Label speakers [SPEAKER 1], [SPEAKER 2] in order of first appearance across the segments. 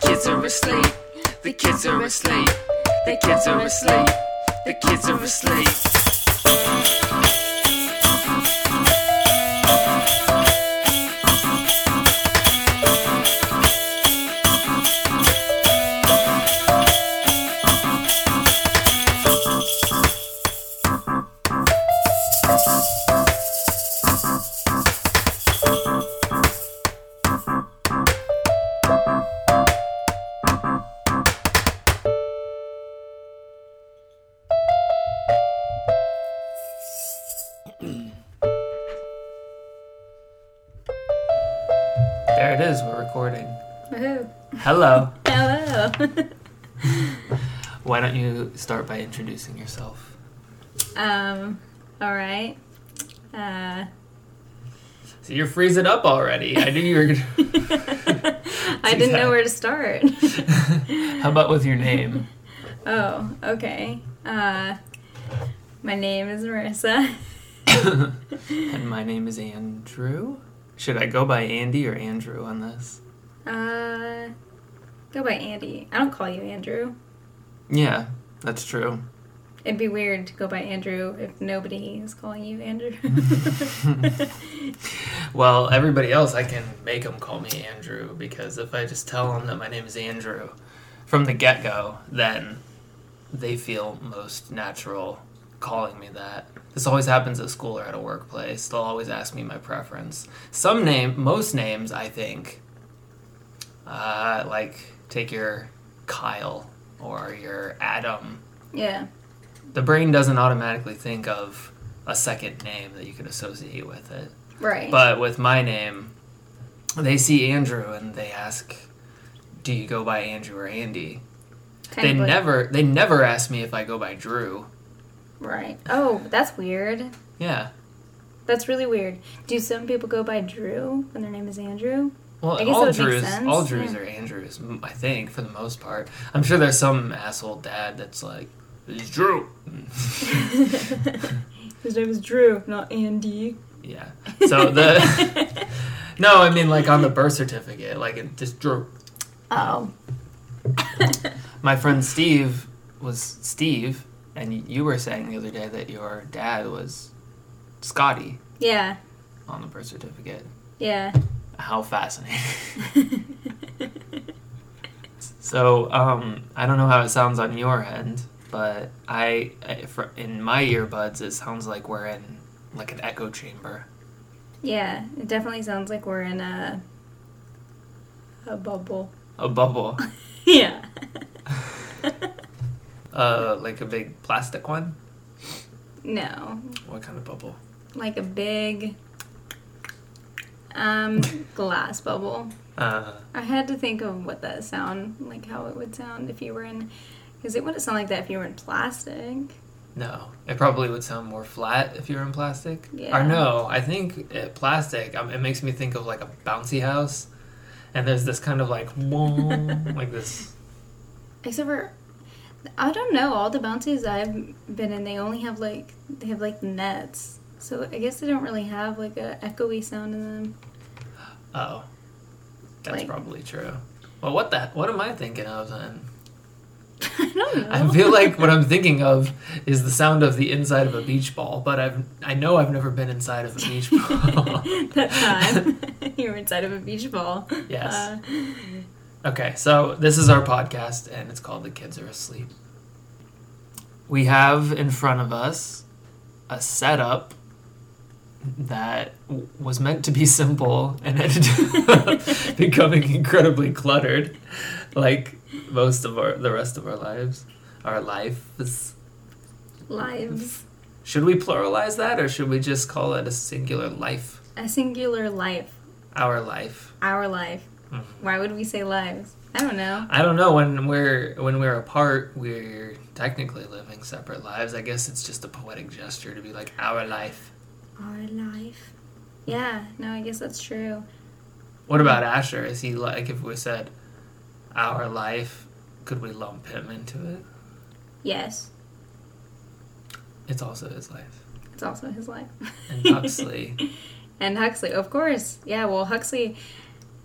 [SPEAKER 1] kids are asleep. The kids are asleep. The kids are asleep. The kids are asleep.
[SPEAKER 2] There it is. We're recording.
[SPEAKER 3] Woohoo.
[SPEAKER 2] Hello.
[SPEAKER 3] Hello.
[SPEAKER 2] Why don't you start by introducing yourself?
[SPEAKER 3] um, all right. Uh,
[SPEAKER 2] So you're freezing up already. I knew you were gonna.
[SPEAKER 3] I didn't
[SPEAKER 2] that.
[SPEAKER 3] know where to start.
[SPEAKER 2] How about with your name?
[SPEAKER 3] oh, okay. Uh, my name is Marissa.
[SPEAKER 2] And my name is Andrew. Should I go by Andy or Andrew on this?
[SPEAKER 3] Uh, go by Andy. I don't call you Andrew.
[SPEAKER 2] Yeah, that's true.
[SPEAKER 3] It'd be weird to go by Andrew if nobody is calling you Andrew.
[SPEAKER 2] Well, everybody else, I can make them call me Andrew because if I just tell them that my name is Andrew from the get go, then they feel most natural calling me that. This always happens at school or at a workplace. They'll always ask me my preference. Some name, most names, I think, uh, like take your Kyle or your Adam.
[SPEAKER 3] yeah.
[SPEAKER 2] The brain doesn't automatically think of a second name that you can associate with it.
[SPEAKER 3] Right.
[SPEAKER 2] But with my name, they see Andrew and they ask, "Do you go by Andrew or Andy?"
[SPEAKER 3] Kind
[SPEAKER 2] they
[SPEAKER 3] of like-
[SPEAKER 2] never they never ask me if I go by Drew.
[SPEAKER 3] Right. Oh, that's weird.
[SPEAKER 2] Yeah.
[SPEAKER 3] That's really weird. Do some people go by Drew when their name is Andrew?
[SPEAKER 2] Well,
[SPEAKER 3] I guess
[SPEAKER 2] all
[SPEAKER 3] that would make
[SPEAKER 2] Drews
[SPEAKER 3] sense,
[SPEAKER 2] all Drews
[SPEAKER 3] yeah.
[SPEAKER 2] are Andrews, m- I think, for the most part. I'm sure there's some asshole dad that's like, "It's Drew."
[SPEAKER 3] His name is Drew, not Andy.
[SPEAKER 2] Yeah. So the No, I mean like on the birth certificate, like it just Drew.
[SPEAKER 3] Oh.
[SPEAKER 2] My friend Steve was Steve, and you were saying the other day that your dad was Scotty.
[SPEAKER 3] Yeah,
[SPEAKER 2] on the birth certificate.
[SPEAKER 3] yeah.
[SPEAKER 2] How fascinating. so, um, I don't know how it sounds on your end, but I, I fr- in my earbuds, it sounds like we're in like an echo chamber.
[SPEAKER 3] Yeah, it definitely sounds like we're in a a bubble.
[SPEAKER 2] A bubble,
[SPEAKER 3] Yeah.
[SPEAKER 2] uh, like a big plastic one.
[SPEAKER 3] No.
[SPEAKER 2] What kind of bubble?
[SPEAKER 3] Like a big um glass bubble.
[SPEAKER 2] Uh,
[SPEAKER 3] I had to think of what that sound like how it would sound if you were in because it wouldn't sound like that if you were in plastic.
[SPEAKER 2] no, it probably would sound more flat if you're in plastic.
[SPEAKER 3] Yeah.
[SPEAKER 2] Or no, I think it, plastic. Um, it makes me think of like a bouncy house, and there's this kind of like, whoom, like this.
[SPEAKER 3] Except for I don't know, all the bouncies I've been in they only have like they have like nets. So I guess they don't really have like a echoey sound in them.
[SPEAKER 2] Oh, that's
[SPEAKER 3] Like-
[SPEAKER 2] probably true. Well, what the? What am I thinking of then?
[SPEAKER 3] I don't know.
[SPEAKER 2] I feel like what I'm thinking of is the sound of the inside of a beach ball, but I've I know I've never been inside of a beach ball.
[SPEAKER 3] that time you were inside of a beach ball.
[SPEAKER 2] Yes.
[SPEAKER 3] Uh,
[SPEAKER 2] okay, so this is our podcast, and it's called "The Kids Are Asleep." We have in front of us a setup that w- was meant to be simple and ended up becoming incredibly cluttered, like most of our the rest of our lives, our lives.
[SPEAKER 3] lives.
[SPEAKER 2] Should we pluralize that or should we just call it a singular life?
[SPEAKER 3] A singular life.
[SPEAKER 2] Our life.
[SPEAKER 3] Our life.
[SPEAKER 2] Mhm.
[SPEAKER 3] Why would we say lives? I don't know.
[SPEAKER 2] I don't know when we're when we're apart, we're technically living separate lives. I guess it's just a poetic gesture to be like our life.
[SPEAKER 3] Our life. Yeah, no, I guess that's true.
[SPEAKER 2] What about Asher? Is he like if we said our life, could we lump him into it?
[SPEAKER 3] Yes,
[SPEAKER 2] It's also his life.
[SPEAKER 3] it's also his life.
[SPEAKER 2] And Huxley.
[SPEAKER 3] And Huxley, of course. Yeah, well, Huxley,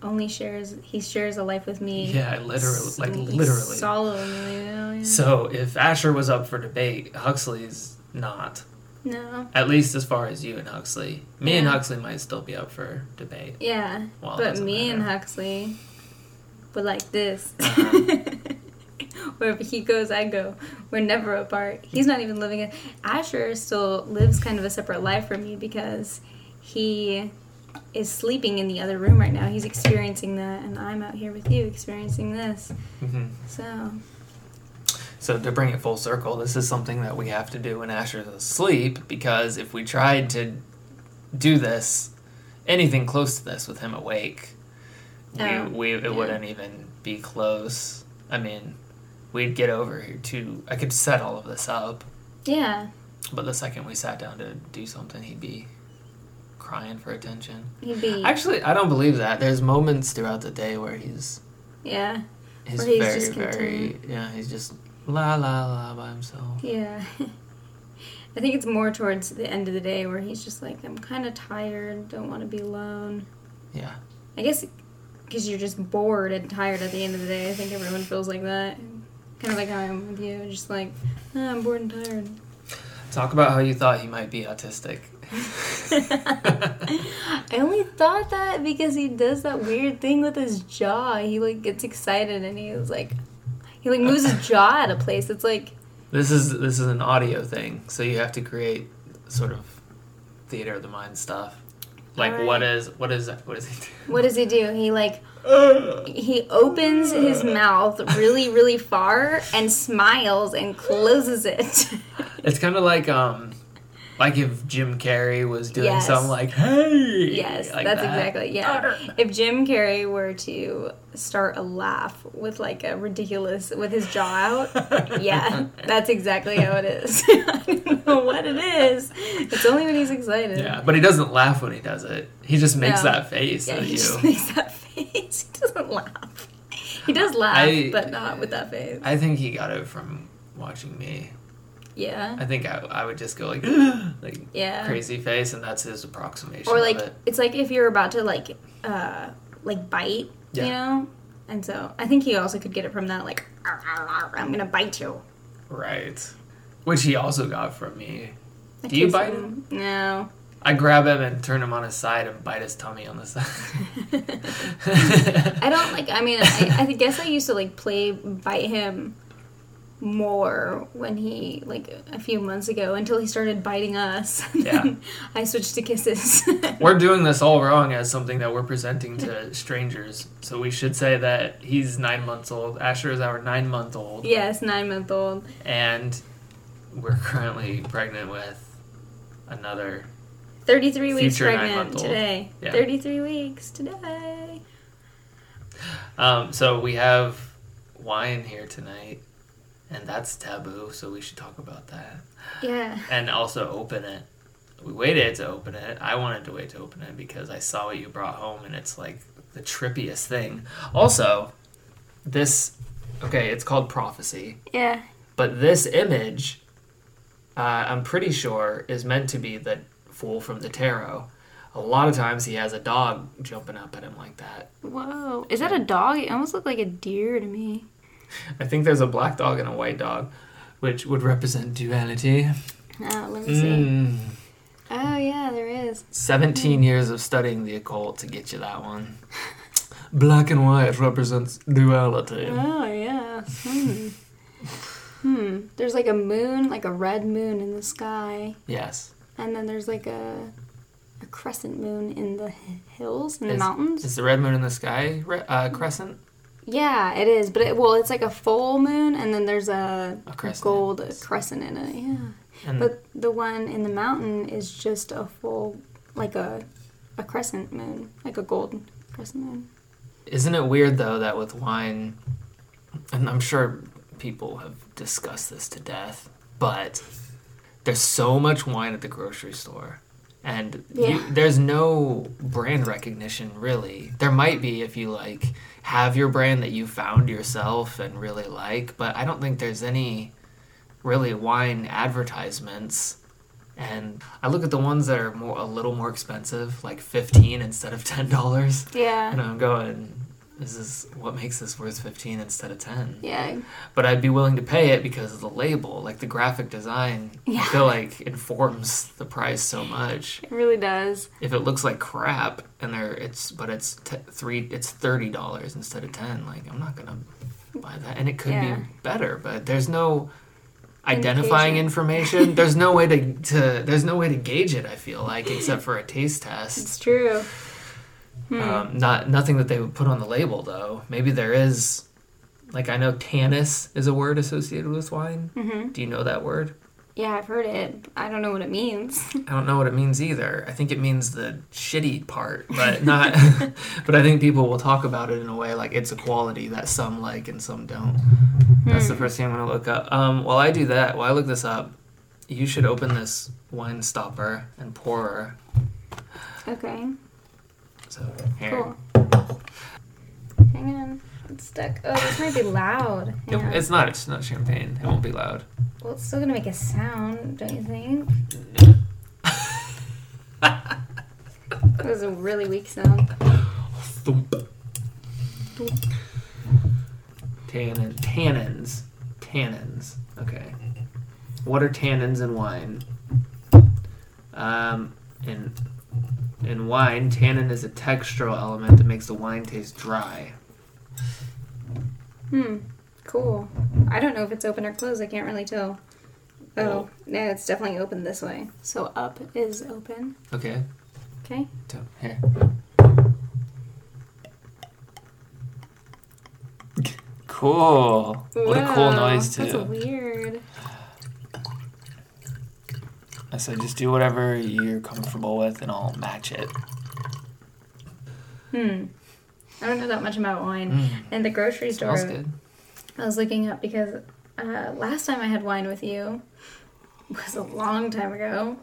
[SPEAKER 3] only shares he shares a life with me.
[SPEAKER 2] Yeah, I literally, like
[SPEAKER 3] Sol-
[SPEAKER 2] literally.
[SPEAKER 3] Solemnly. you know, yeah.
[SPEAKER 2] So if Asher was up for debate, Huxley's not.
[SPEAKER 3] no.
[SPEAKER 2] At least as far as you and Huxley. Me and
[SPEAKER 3] Yeah.
[SPEAKER 2] Huxley might still be up for debate.
[SPEAKER 3] Yeah.
[SPEAKER 2] Well, it
[SPEAKER 3] but
[SPEAKER 2] doesn't
[SPEAKER 3] me and
[SPEAKER 2] matter.
[SPEAKER 3] Huxley were like this.
[SPEAKER 2] Uh-huh.
[SPEAKER 3] Wherever he goes, I go. We're never apart. He's not even living it. Asher still lives kind of a separate life from me because he is sleeping in the other room right now. He's experiencing that, and I'm out here with you experiencing this.
[SPEAKER 2] Mhm.
[SPEAKER 3] So,
[SPEAKER 2] So to bring it full circle, this is something that we have to do when Asher's asleep because if we tried to do this, anything close to this with him awake, we,
[SPEAKER 3] Oh,
[SPEAKER 2] we it
[SPEAKER 3] yeah.
[SPEAKER 2] wouldn't even be close. I mean, we'd get over here too. I could set all of this up,
[SPEAKER 3] yeah.
[SPEAKER 2] but the second we sat down to do something, he'd be crying for attention.
[SPEAKER 3] He'd be.
[SPEAKER 2] Actually, I don't believe that. There's moments throughout the day where he's
[SPEAKER 3] yeah.
[SPEAKER 2] he's,
[SPEAKER 3] Where he's
[SPEAKER 2] very
[SPEAKER 3] just
[SPEAKER 2] very yeah he's just la la la by himself.
[SPEAKER 3] Yeah. I think it's more towards the end of the day where he's just like, I'm kind of tired, don't want to be alone.
[SPEAKER 2] Yeah.
[SPEAKER 3] I guess because you're just bored and tired at the end of the day. I think everyone feels like that. Kind of like how I'm with you, just like, "Ah, I'm bored and tired.
[SPEAKER 2] Talk about how you thought he might be autistic.
[SPEAKER 3] I only thought that because he does that weird thing with his jaw. He like gets excited and he's like, he like moves his jaw out of place. It's like,
[SPEAKER 2] This is this is an audio thing, so you have to create sort of theater of the mind stuff. Like
[SPEAKER 3] Alright.
[SPEAKER 2] what is what is that? What does he do?
[SPEAKER 3] what does he do? He like he opens his mouth really really far and smiles and closes it.
[SPEAKER 2] It's kind of like um, like if Jim Carrey was doing
[SPEAKER 3] Yes.
[SPEAKER 2] something like hey,
[SPEAKER 3] yes,
[SPEAKER 2] like
[SPEAKER 3] that's
[SPEAKER 2] that.
[SPEAKER 3] exactly yeah. If Jim Carrey were to start a laugh with like a ridiculous with his jaw out, yeah, that's exactly how it is. I don't know what it is. It's only when he's excited.
[SPEAKER 2] Yeah, but he doesn't laugh when he does it. He just makes
[SPEAKER 3] No.
[SPEAKER 2] that face
[SPEAKER 3] Yeah,
[SPEAKER 2] at
[SPEAKER 3] he
[SPEAKER 2] you.
[SPEAKER 3] just makes that face. He doesn't laugh. He does laugh,
[SPEAKER 2] I-
[SPEAKER 3] but not with that face.
[SPEAKER 2] I think he got it from watching me.
[SPEAKER 3] yeah.
[SPEAKER 2] I think I, I would just go like like
[SPEAKER 3] Yeah.
[SPEAKER 2] crazy face, and that's his approximation.
[SPEAKER 3] or
[SPEAKER 2] of
[SPEAKER 3] like
[SPEAKER 2] it.
[SPEAKER 3] it's like if you're about to like uh like bite
[SPEAKER 2] Yeah.
[SPEAKER 3] you know and so i think he also could get it from that like "Arr, arr, arr, i'm gonna bite you
[SPEAKER 2] Right. Which he also got from me.
[SPEAKER 3] I
[SPEAKER 2] Do you
[SPEAKER 3] kiss
[SPEAKER 2] bite
[SPEAKER 3] no
[SPEAKER 2] I grab him and turn him on his side and bite his tummy on the side.
[SPEAKER 3] i don't like i mean I, I guess i used to like play bite him more when he like a few months ago until he started biting us
[SPEAKER 2] Yeah.
[SPEAKER 3] i switched to kisses
[SPEAKER 2] we're doing this all wrong as something that we're presenting to strangers. So we should say that he's nine months old. Asher is our nine month old.
[SPEAKER 3] yes nine month old
[SPEAKER 2] And we're currently pregnant with another.
[SPEAKER 3] 33 weeks
[SPEAKER 2] Future
[SPEAKER 3] pregnant
[SPEAKER 2] nine-month-old.
[SPEAKER 3] today
[SPEAKER 2] Yeah.
[SPEAKER 3] 33 weeks today
[SPEAKER 2] Um, so we have wine here tonight, and that's taboo, so we should talk about that.
[SPEAKER 3] yeah
[SPEAKER 2] and also open it. We waited to open it. I wanted to wait to open it because I saw what you brought home, and it's like the trippiest thing. Also, this okay, it's called prophecy,
[SPEAKER 3] yeah
[SPEAKER 2] but this image, uh, I'm pretty sure, is meant to be the fool from the tarot. A lot of times he has a dog jumping up at him like that.
[SPEAKER 3] Whoa. Is that a dog? It almost looked like a deer to me.
[SPEAKER 2] I think there's a black dog and a white dog, which would represent duality.
[SPEAKER 3] Oh, let me see.
[SPEAKER 2] Mm.
[SPEAKER 3] Oh, yeah, there is. Mm.
[SPEAKER 2] 17 years of studying the occult to get you that one. Black and white represents duality.
[SPEAKER 3] Oh, yeah. Hmm. hmm. There's like a moon, like a red moon in the sky.
[SPEAKER 2] Yes.
[SPEAKER 3] And then there's like a, a crescent moon in the h- hills, in the
[SPEAKER 2] Is-
[SPEAKER 3] mountains.
[SPEAKER 2] Is the red moon in the sky re- uh, crescent?
[SPEAKER 3] yeah, it is. But it, well, it's like a full moon, and then there's a,
[SPEAKER 2] A crescent. Hmm.
[SPEAKER 3] gold crescent in it. Yeah.
[SPEAKER 2] And
[SPEAKER 3] But the one in the mountain is just a full, like a, a crescent moon, like a gold crescent moon.
[SPEAKER 2] isn't it weird though that with wine, and I'm sure people have discussed this to death, but there's so much wine at the grocery store. And you,
[SPEAKER 3] Yeah.
[SPEAKER 2] there's no brand recognition really. There might be if you like have your brand that you found yourself and really like, but I don't think there's any really wine advertisements And I look at the ones that are more a little more expensive, like fifteen instead of ten dollars, and
[SPEAKER 3] Yeah.
[SPEAKER 2] I'm going, "This is what makes this worth fifteen instead of ten?
[SPEAKER 3] Yeah.
[SPEAKER 2] But I'd be willing to pay it because of the label, like the graphic design.
[SPEAKER 3] Yeah.
[SPEAKER 2] I feel like informs the price so much.
[SPEAKER 3] It really does.
[SPEAKER 2] If it looks like crap and there, it's but it's t- three, it's thirty dollars instead of ten. Like I'm not gonna buy that, and it could
[SPEAKER 3] Yeah.
[SPEAKER 2] be better, but there's no identifying
[SPEAKER 3] Indication.
[SPEAKER 2] information. there's no way to, to there's no way to gauge it. I feel like except for a taste test.
[SPEAKER 3] It's true.
[SPEAKER 2] Um, not nothing that they would put on the label though. Maybe there is, like I know tannis is a word associated with wine. Mm-hmm. Do you know that word?
[SPEAKER 3] Yeah, I've heard it. I don't know what it means.
[SPEAKER 2] I don't know what it means either. I think it means the shitty part, but not. but I think people will talk about it in a way like it's a quality that some like and some don't. That's the first thing I'm gonna look up. Um, while I do that, while I look this up, you should open this wine stopper and pourer.
[SPEAKER 3] Okay.
[SPEAKER 2] So here.
[SPEAKER 3] Cool. Hang on. It's stuck. Oh, this might be loud.
[SPEAKER 2] Nope,
[SPEAKER 3] Hang on.
[SPEAKER 2] It's not. It's not champagne. It won't be loud.
[SPEAKER 3] Well, it's still gonna make a sound, don't you think? That was a really weak sound.
[SPEAKER 2] Thump. Tannin, tannins, tannins. Okay. What are tannins in wine? Um, in in wine, tannin is a textural element that makes the wine taste dry.
[SPEAKER 3] Hmm. Cool. I don't know if it's open or closed. I can't really tell. Oh,
[SPEAKER 2] Well-
[SPEAKER 3] no, it's definitely open this way. So up is open.
[SPEAKER 2] Okay.
[SPEAKER 3] Okay.
[SPEAKER 2] So, here. Cool. What a cool
[SPEAKER 3] Wow,
[SPEAKER 2] noise too.
[SPEAKER 3] That's weird.
[SPEAKER 2] I said, just do whatever you're comfortable with, and I'll match it.
[SPEAKER 3] Hmm. I don't know that much about wine. And the grocery store.
[SPEAKER 2] Hmm. Smells good.
[SPEAKER 3] I was looking up because uh, last time I had wine with you was a long time ago.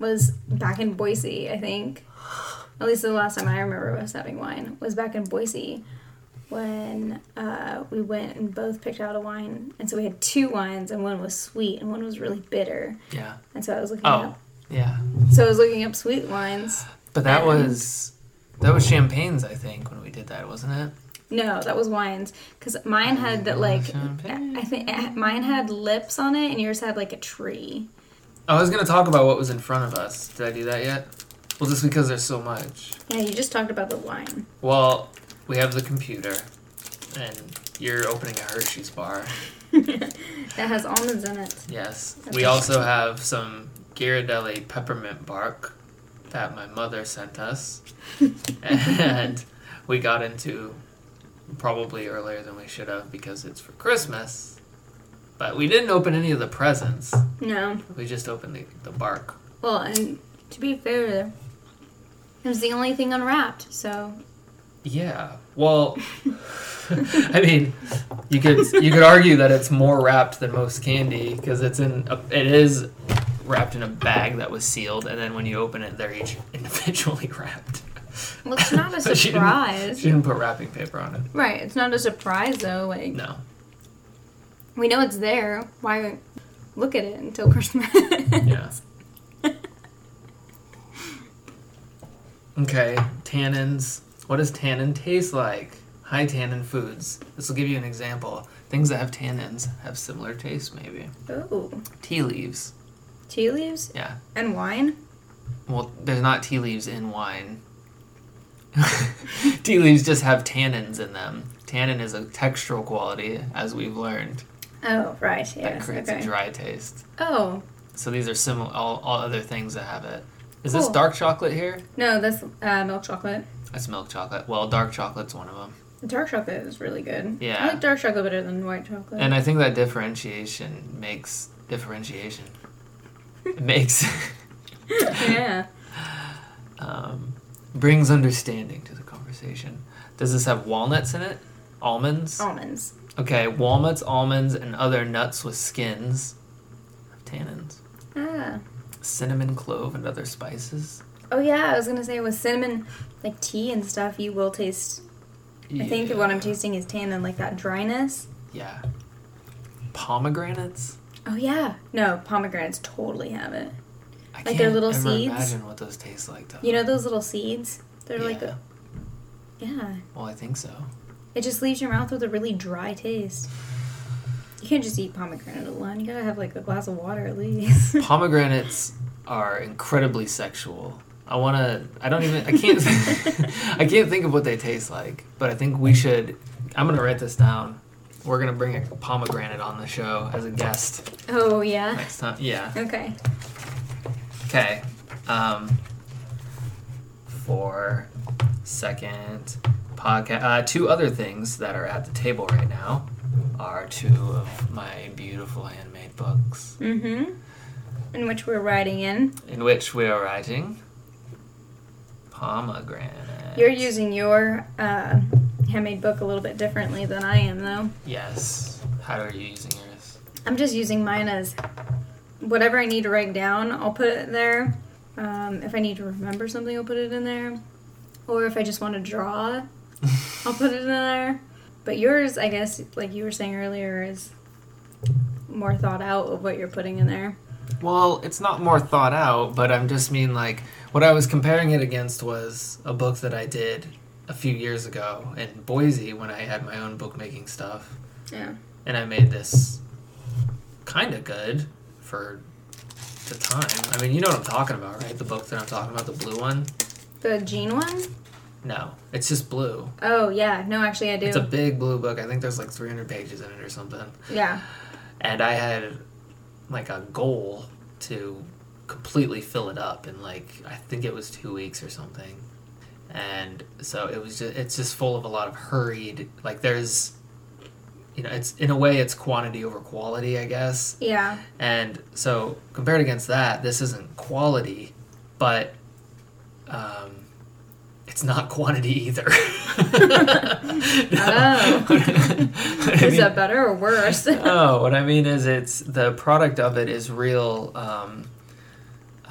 [SPEAKER 3] Was back in Boise, I think. At least the last time I remember us having wine was back in Boise when uh, we went and both picked out a wine, and so we had two wines, and one was sweet and one was really bitter.
[SPEAKER 2] Yeah.
[SPEAKER 3] And so I was looking
[SPEAKER 2] Oh,
[SPEAKER 3] up.
[SPEAKER 2] yeah.
[SPEAKER 3] So I was looking up sweet wines.
[SPEAKER 2] But that
[SPEAKER 3] And-
[SPEAKER 2] was that was champagnes, I think, when we did that, wasn't it?
[SPEAKER 3] No, that was wines because mine had like
[SPEAKER 2] Champagne.
[SPEAKER 3] I think eh, mine had lips on it, and yours had like a tree.
[SPEAKER 2] I was gonna talk about what was in front of us. Did I do that yet? Well, just because there's so much.
[SPEAKER 3] Yeah, you just talked about the wine.
[SPEAKER 2] Well, we have the computer, and you're opening a Hershey's bar.
[SPEAKER 3] that has almonds in it.
[SPEAKER 2] Yes.
[SPEAKER 3] Okay.
[SPEAKER 2] We also have some Ghirardelli peppermint bark that my mother sent us, and we got into probably earlier than we should have because it's for Christmas. But we didn't open any of the presents.
[SPEAKER 3] No.
[SPEAKER 2] We just opened the, the bark.
[SPEAKER 3] Well, and to be fair, it was the only thing unwrapped, so.
[SPEAKER 2] Yeah. Well, I mean, you could you could argue that it's more wrapped than most candy because it's in a, it is wrapped in a bag that was sealed, and then when you open it, they're each individually wrapped.
[SPEAKER 3] Well, it's not a
[SPEAKER 2] She didn't-
[SPEAKER 3] surprise.
[SPEAKER 2] She didn't put wrapping paper on it.
[SPEAKER 3] Right, it's not a surprise, though. Like,
[SPEAKER 2] No.
[SPEAKER 3] we know it's there. Why look at it until Christmas?
[SPEAKER 2] Yeah. Okay. Tannins. What does tannin taste like? High tannin foods. This will give you an example. Things that have tannins have similar taste, maybe.
[SPEAKER 3] Oh.
[SPEAKER 2] Tea leaves.
[SPEAKER 3] Tea leaves
[SPEAKER 2] Yeah.
[SPEAKER 3] and wine?
[SPEAKER 2] Well, there's not tea leaves in wine. tea leaves just have tannins in them. Tannin is a textural quality, as we've learned,
[SPEAKER 3] Oh, right,
[SPEAKER 2] that
[SPEAKER 3] yes.
[SPEAKER 2] creates a
[SPEAKER 3] Okay.
[SPEAKER 2] dry taste.
[SPEAKER 3] Oh,
[SPEAKER 2] So these are similar, all, all other things that have it. Is this
[SPEAKER 3] Cool.
[SPEAKER 2] dark chocolate here?
[SPEAKER 3] no, that's uh, milk chocolate.
[SPEAKER 2] That's milk chocolate. Well, dark chocolate's one of them.
[SPEAKER 3] Dark chocolate is really good.
[SPEAKER 2] Yeah.
[SPEAKER 3] I like dark chocolate better than white chocolate.
[SPEAKER 2] And I think that differentiation makes differentiation. It makes,
[SPEAKER 3] yeah.
[SPEAKER 2] um, brings understanding to the conversation. Does this have walnuts in it? Almonds?
[SPEAKER 3] Almonds.
[SPEAKER 2] Okay, walnuts, almonds, and other nuts with skins. Tannins.
[SPEAKER 3] Ah.
[SPEAKER 2] Cinnamon, clove, and other spices.
[SPEAKER 3] Oh yeah, I was gonna say with cinnamon, like tea and stuff, you will taste. I think what I'm tasting is tannin, like that dryness.
[SPEAKER 2] Yeah. Pomegranates?
[SPEAKER 3] Oh yeah, no pomegranates totally have it.
[SPEAKER 2] I
[SPEAKER 3] Like their little
[SPEAKER 2] ever
[SPEAKER 3] seeds?
[SPEAKER 2] Imagine what those taste like though.
[SPEAKER 3] You know those little seeds? They're like,
[SPEAKER 2] Yeah.
[SPEAKER 3] a, yeah.
[SPEAKER 2] well, I think so.
[SPEAKER 3] It just leaves your mouth with a really dry taste. You can't just eat pomegranate alone. You gotta have like a glass of water at least.
[SPEAKER 2] Pomegranates are incredibly sexual. I want to. I don't even. I can't. I can't think of what they taste like. But I think we should. I'm gonna write this down. We're gonna bring a pomegranate on the show as a guest
[SPEAKER 3] oh yeah.
[SPEAKER 2] next time. Yeah.
[SPEAKER 3] Okay.
[SPEAKER 2] Okay. Um, for second podcast, uh, two other things that are at the table right now are two of my beautiful handmade books,
[SPEAKER 3] Mm-hmm. In which we're riding in.
[SPEAKER 2] in which we are writing pomegranate.
[SPEAKER 3] You're using your uh, handmade book a little bit differently than I am though.
[SPEAKER 2] Yes. How are you using yours?
[SPEAKER 3] I'm just using mine as whatever I need to write down, I'll put it there. Um, if I need to remember something, I'll put it in there. Or if I just want to draw, I'll put it in there. But yours, I guess, like you were saying earlier, is more thought out of what you're putting in there.
[SPEAKER 2] Well, it's not more thought out, but I'm just mean like what I was comparing it against was a book that I did a few years ago in Boise when I had my own bookmaking stuff.
[SPEAKER 3] Yeah.
[SPEAKER 2] and I made this kind of good for the time. I mean, you know what I'm talking about, right? The book that I'm talking about, the blue one.
[SPEAKER 3] The Gene one?
[SPEAKER 2] No, it's just blue.
[SPEAKER 3] Oh, yeah. No, actually, I do.
[SPEAKER 2] It's a big blue book. I think there's like 300 pages in it or something.
[SPEAKER 3] yeah.
[SPEAKER 2] And I had like a goal to completely fill it up in like I think it was two weeks or something. And so it was just it's just full of a lot of hurried like there's you know it's in a way it's quantity over quality I guess
[SPEAKER 3] Yeah.
[SPEAKER 2] And so, compared against that, this isn't quality, but um, it's not quantity either.
[SPEAKER 3] Oh.
[SPEAKER 2] What I
[SPEAKER 3] Is
[SPEAKER 2] mean-
[SPEAKER 3] that better or worse?
[SPEAKER 2] no, what I mean is, it's the product of it is real. Um,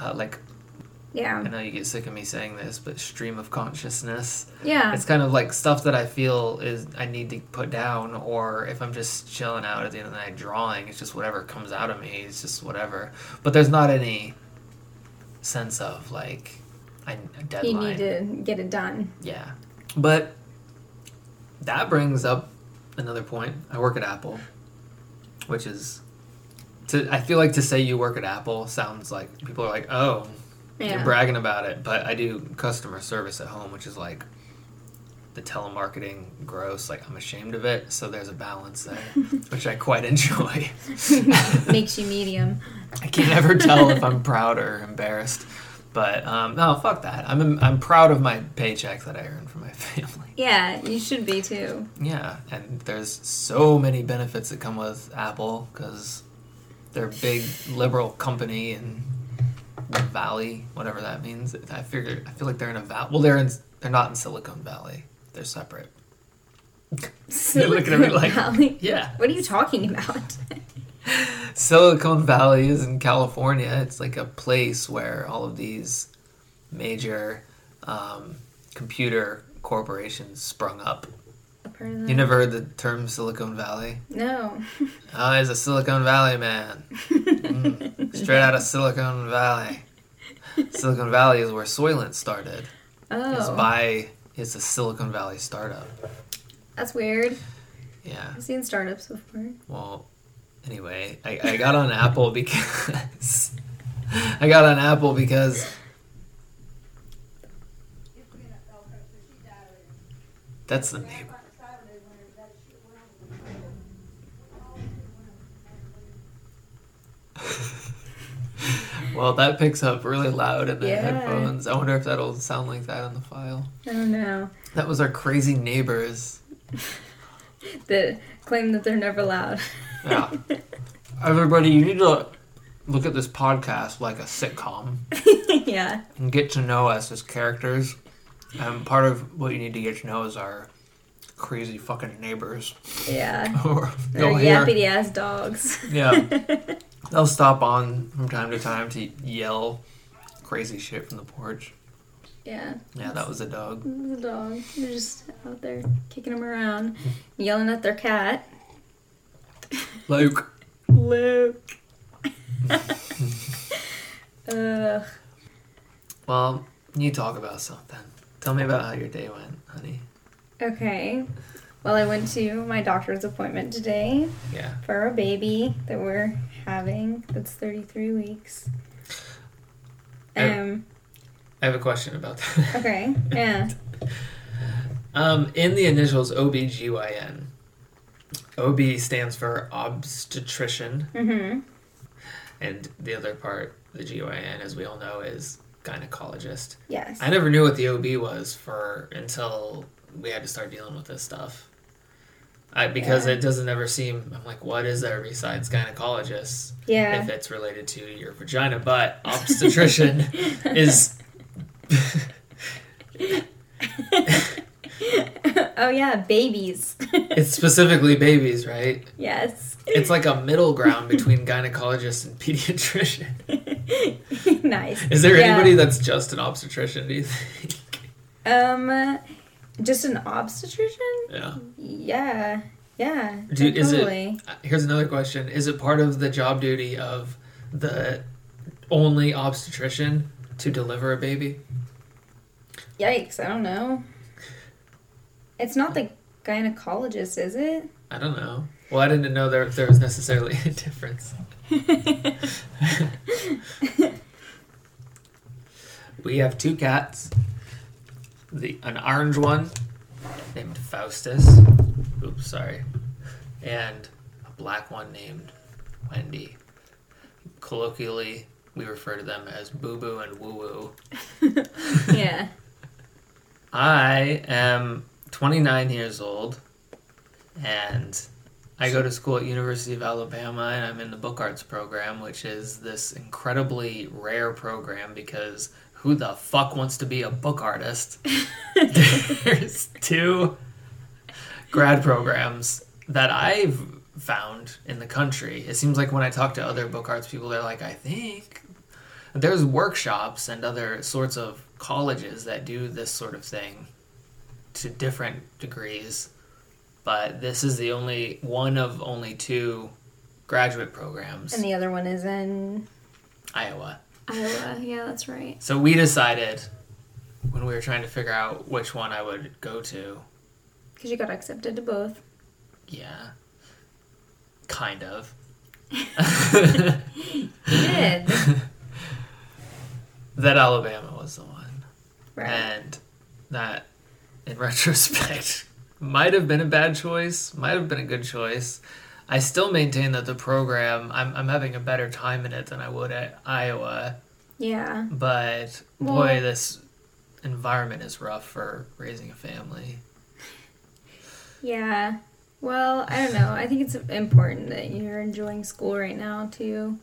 [SPEAKER 2] uh, like I
[SPEAKER 3] yeah.
[SPEAKER 2] know you get sick of me saying this, but stream of consciousness.
[SPEAKER 3] Yeah.
[SPEAKER 2] It's kind of like stuff that I feel is I need to put down, or if I'm just chilling out at the end of the night drawing, it's just whatever comes out of me. It's just whatever. But there's not any sense of like I, a deadline.
[SPEAKER 3] You need to get it done.
[SPEAKER 2] Yeah. But that brings up another point. I work at Apple, which is to I feel like to say you work at Apple sounds like people are like, "Oh, you're
[SPEAKER 3] Yeah.
[SPEAKER 2] bragging about it." But I do customer service at home, which is like the telemarketing gross like I'm ashamed of it, so there's a balance there, which I quite enjoy.
[SPEAKER 3] Makes you medium.
[SPEAKER 2] I can never tell if I'm proud or embarrassed, but um, no, fuck that. I'm I'm proud of my paycheck that I earn from my family.
[SPEAKER 3] Yeah, you should be too.
[SPEAKER 2] Yeah, and there's so many benefits that come with Apple because they're a big liberal company in the Valley, whatever that means. I figure I feel like they're in a val. Well, they're in they're not in Silicon Valley. They're separate. They're looking at me like,
[SPEAKER 3] Valley.
[SPEAKER 2] yeah,
[SPEAKER 3] What are you talking about?
[SPEAKER 2] Silicon Valley is in California. It's like a place where all of these major um, computer corporations sprung up.
[SPEAKER 3] Mm.
[SPEAKER 2] You never heard the term Silicon Valley?
[SPEAKER 3] no.
[SPEAKER 2] Oh, he's a Silicon Valley man. Mm, Straight out of Silicon Valley. Silicon Valley is where Soylent started. It's
[SPEAKER 3] Oh,
[SPEAKER 2] by it's a Silicon Valley startup.
[SPEAKER 3] that's weird.
[SPEAKER 2] Yeah.
[SPEAKER 3] I've seen startups before.
[SPEAKER 2] Well, anyway, I, I got on Apple because I got on Apple because that's the neighbor. Well, that picks up really loud in the
[SPEAKER 3] Yeah.
[SPEAKER 2] headphones. I wonder if that'll sound like that on the file.
[SPEAKER 3] I don't know.
[SPEAKER 2] That was our crazy neighbors.
[SPEAKER 3] That claim that they're never loud.
[SPEAKER 2] Yeah. Everybody, you need to look at this podcast like a sitcom
[SPEAKER 3] yeah.
[SPEAKER 2] and get to know us as characters. And part of what you need to get to know is our crazy fucking neighbors.
[SPEAKER 3] Yeah.
[SPEAKER 2] Or
[SPEAKER 3] They're
[SPEAKER 2] You'll hear.
[SPEAKER 3] yappity ass dogs.
[SPEAKER 2] Yeah. They'll stop on from time to time to yell crazy shit from the porch.
[SPEAKER 3] Yeah.
[SPEAKER 2] Yeah, that was a dog.
[SPEAKER 3] The dog. They're just out there kicking them around, yelling at their cat.
[SPEAKER 2] Luke.
[SPEAKER 3] Luke. Ugh.
[SPEAKER 2] Well, you talk about something. Tell me about how your day went, honey.
[SPEAKER 3] Okay. Well, I went to my doctor's appointment today
[SPEAKER 2] Yeah.
[SPEAKER 3] for a baby that we're having that's 33 weeks.
[SPEAKER 2] Oh.
[SPEAKER 3] Um,
[SPEAKER 2] I have a question about that.
[SPEAKER 3] okay. Yeah.
[SPEAKER 2] Um, in the initials OBGYN, OB stands for obstetrician,
[SPEAKER 3] Mm-hmm.
[SPEAKER 2] and the other part, the GYN, as we all know, is gynecologist.
[SPEAKER 3] Yes.
[SPEAKER 2] I never knew what the OB was for until we had to start dealing with this stuff. I, because
[SPEAKER 3] Yeah.
[SPEAKER 2] it doesn't ever seem, I'm like, what is there besides gynecologists
[SPEAKER 3] Yeah.
[SPEAKER 2] if it's related to your vagina? But obstetrician is.
[SPEAKER 3] oh yeah, babies.
[SPEAKER 2] It's specifically babies, right?
[SPEAKER 3] yes.
[SPEAKER 2] It's like a middle ground between gynecologist and pediatrician.
[SPEAKER 3] nice.
[SPEAKER 2] Is there
[SPEAKER 3] Yeah.
[SPEAKER 2] anybody that's just an obstetrician, do you think?
[SPEAKER 3] Um, just an obstetrician?
[SPEAKER 2] Yeah.
[SPEAKER 3] Yeah. Yeah.
[SPEAKER 2] Do- is it-
[SPEAKER 3] totally.
[SPEAKER 2] Uh, Here's another question. Is it part of the job duty of the only obstetrician to deliver a baby?
[SPEAKER 3] Yikes, I don't know. It's not the gynecologist, is it?
[SPEAKER 2] I don't know. Well, I didn't know there, there was necessarily a difference. we have two cats. The an orange one named Faustus. Oops, sorry. And a black one named Wendy. Colloquially, we refer to them as Boo Boo and Woo Woo.
[SPEAKER 3] yeah.
[SPEAKER 2] I am 29 years old, and I go to school at University of Alabama, and I'm in the Book Arts program, which is this incredibly rare program because who the fuck wants to be a book artist? There's two grad programs that I've found in the country. It seems like when I talk to other book arts people, they're like, I think there's workshops and other sorts of colleges that do this sort of thing to different degrees but this is the only one of only two graduate programs
[SPEAKER 3] And the other one is in
[SPEAKER 2] iowa
[SPEAKER 3] Iowa. Yeah, that's right.
[SPEAKER 2] so we decided when we were trying to figure out which one i would go to
[SPEAKER 3] Because you got accepted to both.
[SPEAKER 2] yeah kind of
[SPEAKER 3] You did.
[SPEAKER 2] that alabama was the one
[SPEAKER 3] right.
[SPEAKER 2] And that, in retrospect, might have been a bad choice, might have been a good choice. I still maintain that the program, I'm, I'm having a better time in it than I would at Iowa,
[SPEAKER 3] Yeah.
[SPEAKER 2] but boy,
[SPEAKER 3] Well-
[SPEAKER 2] this environment is rough for raising a family.
[SPEAKER 3] Yeah. Well, I don't know. I think it's important that you're enjoying school right now, too.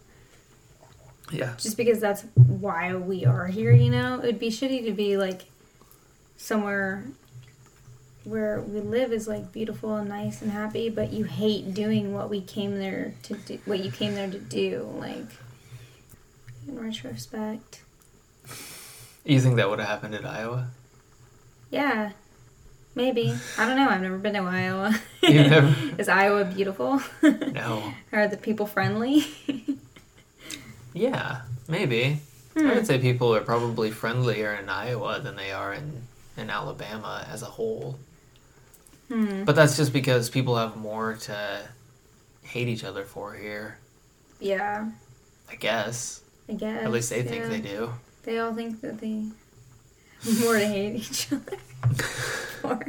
[SPEAKER 2] Yeah.
[SPEAKER 3] Just because that's why we are here, you know? It would be shitty to be like somewhere where we live is like beautiful and nice and happy, but you hate doing what we came there to do, what you came there to do, like in retrospect.
[SPEAKER 2] You think that would have happened at Iowa?
[SPEAKER 3] Yeah. Maybe. I don't know. I've never been to Iowa.
[SPEAKER 2] You've never-
[SPEAKER 3] is Iowa beautiful?
[SPEAKER 2] No.
[SPEAKER 3] Are the people friendly?
[SPEAKER 2] Yeah, maybe. I
[SPEAKER 3] Hmm.
[SPEAKER 2] would say people are probably friendlier in Iowa than they are in, in Alabama as a whole.
[SPEAKER 3] Hmm.
[SPEAKER 2] But that's just because people have more to hate each other for here,
[SPEAKER 3] Yeah,
[SPEAKER 2] I guess.
[SPEAKER 3] I guess.
[SPEAKER 2] At least they
[SPEAKER 3] yeah.
[SPEAKER 2] think they do.
[SPEAKER 3] They all think that they have more to hate each other. for.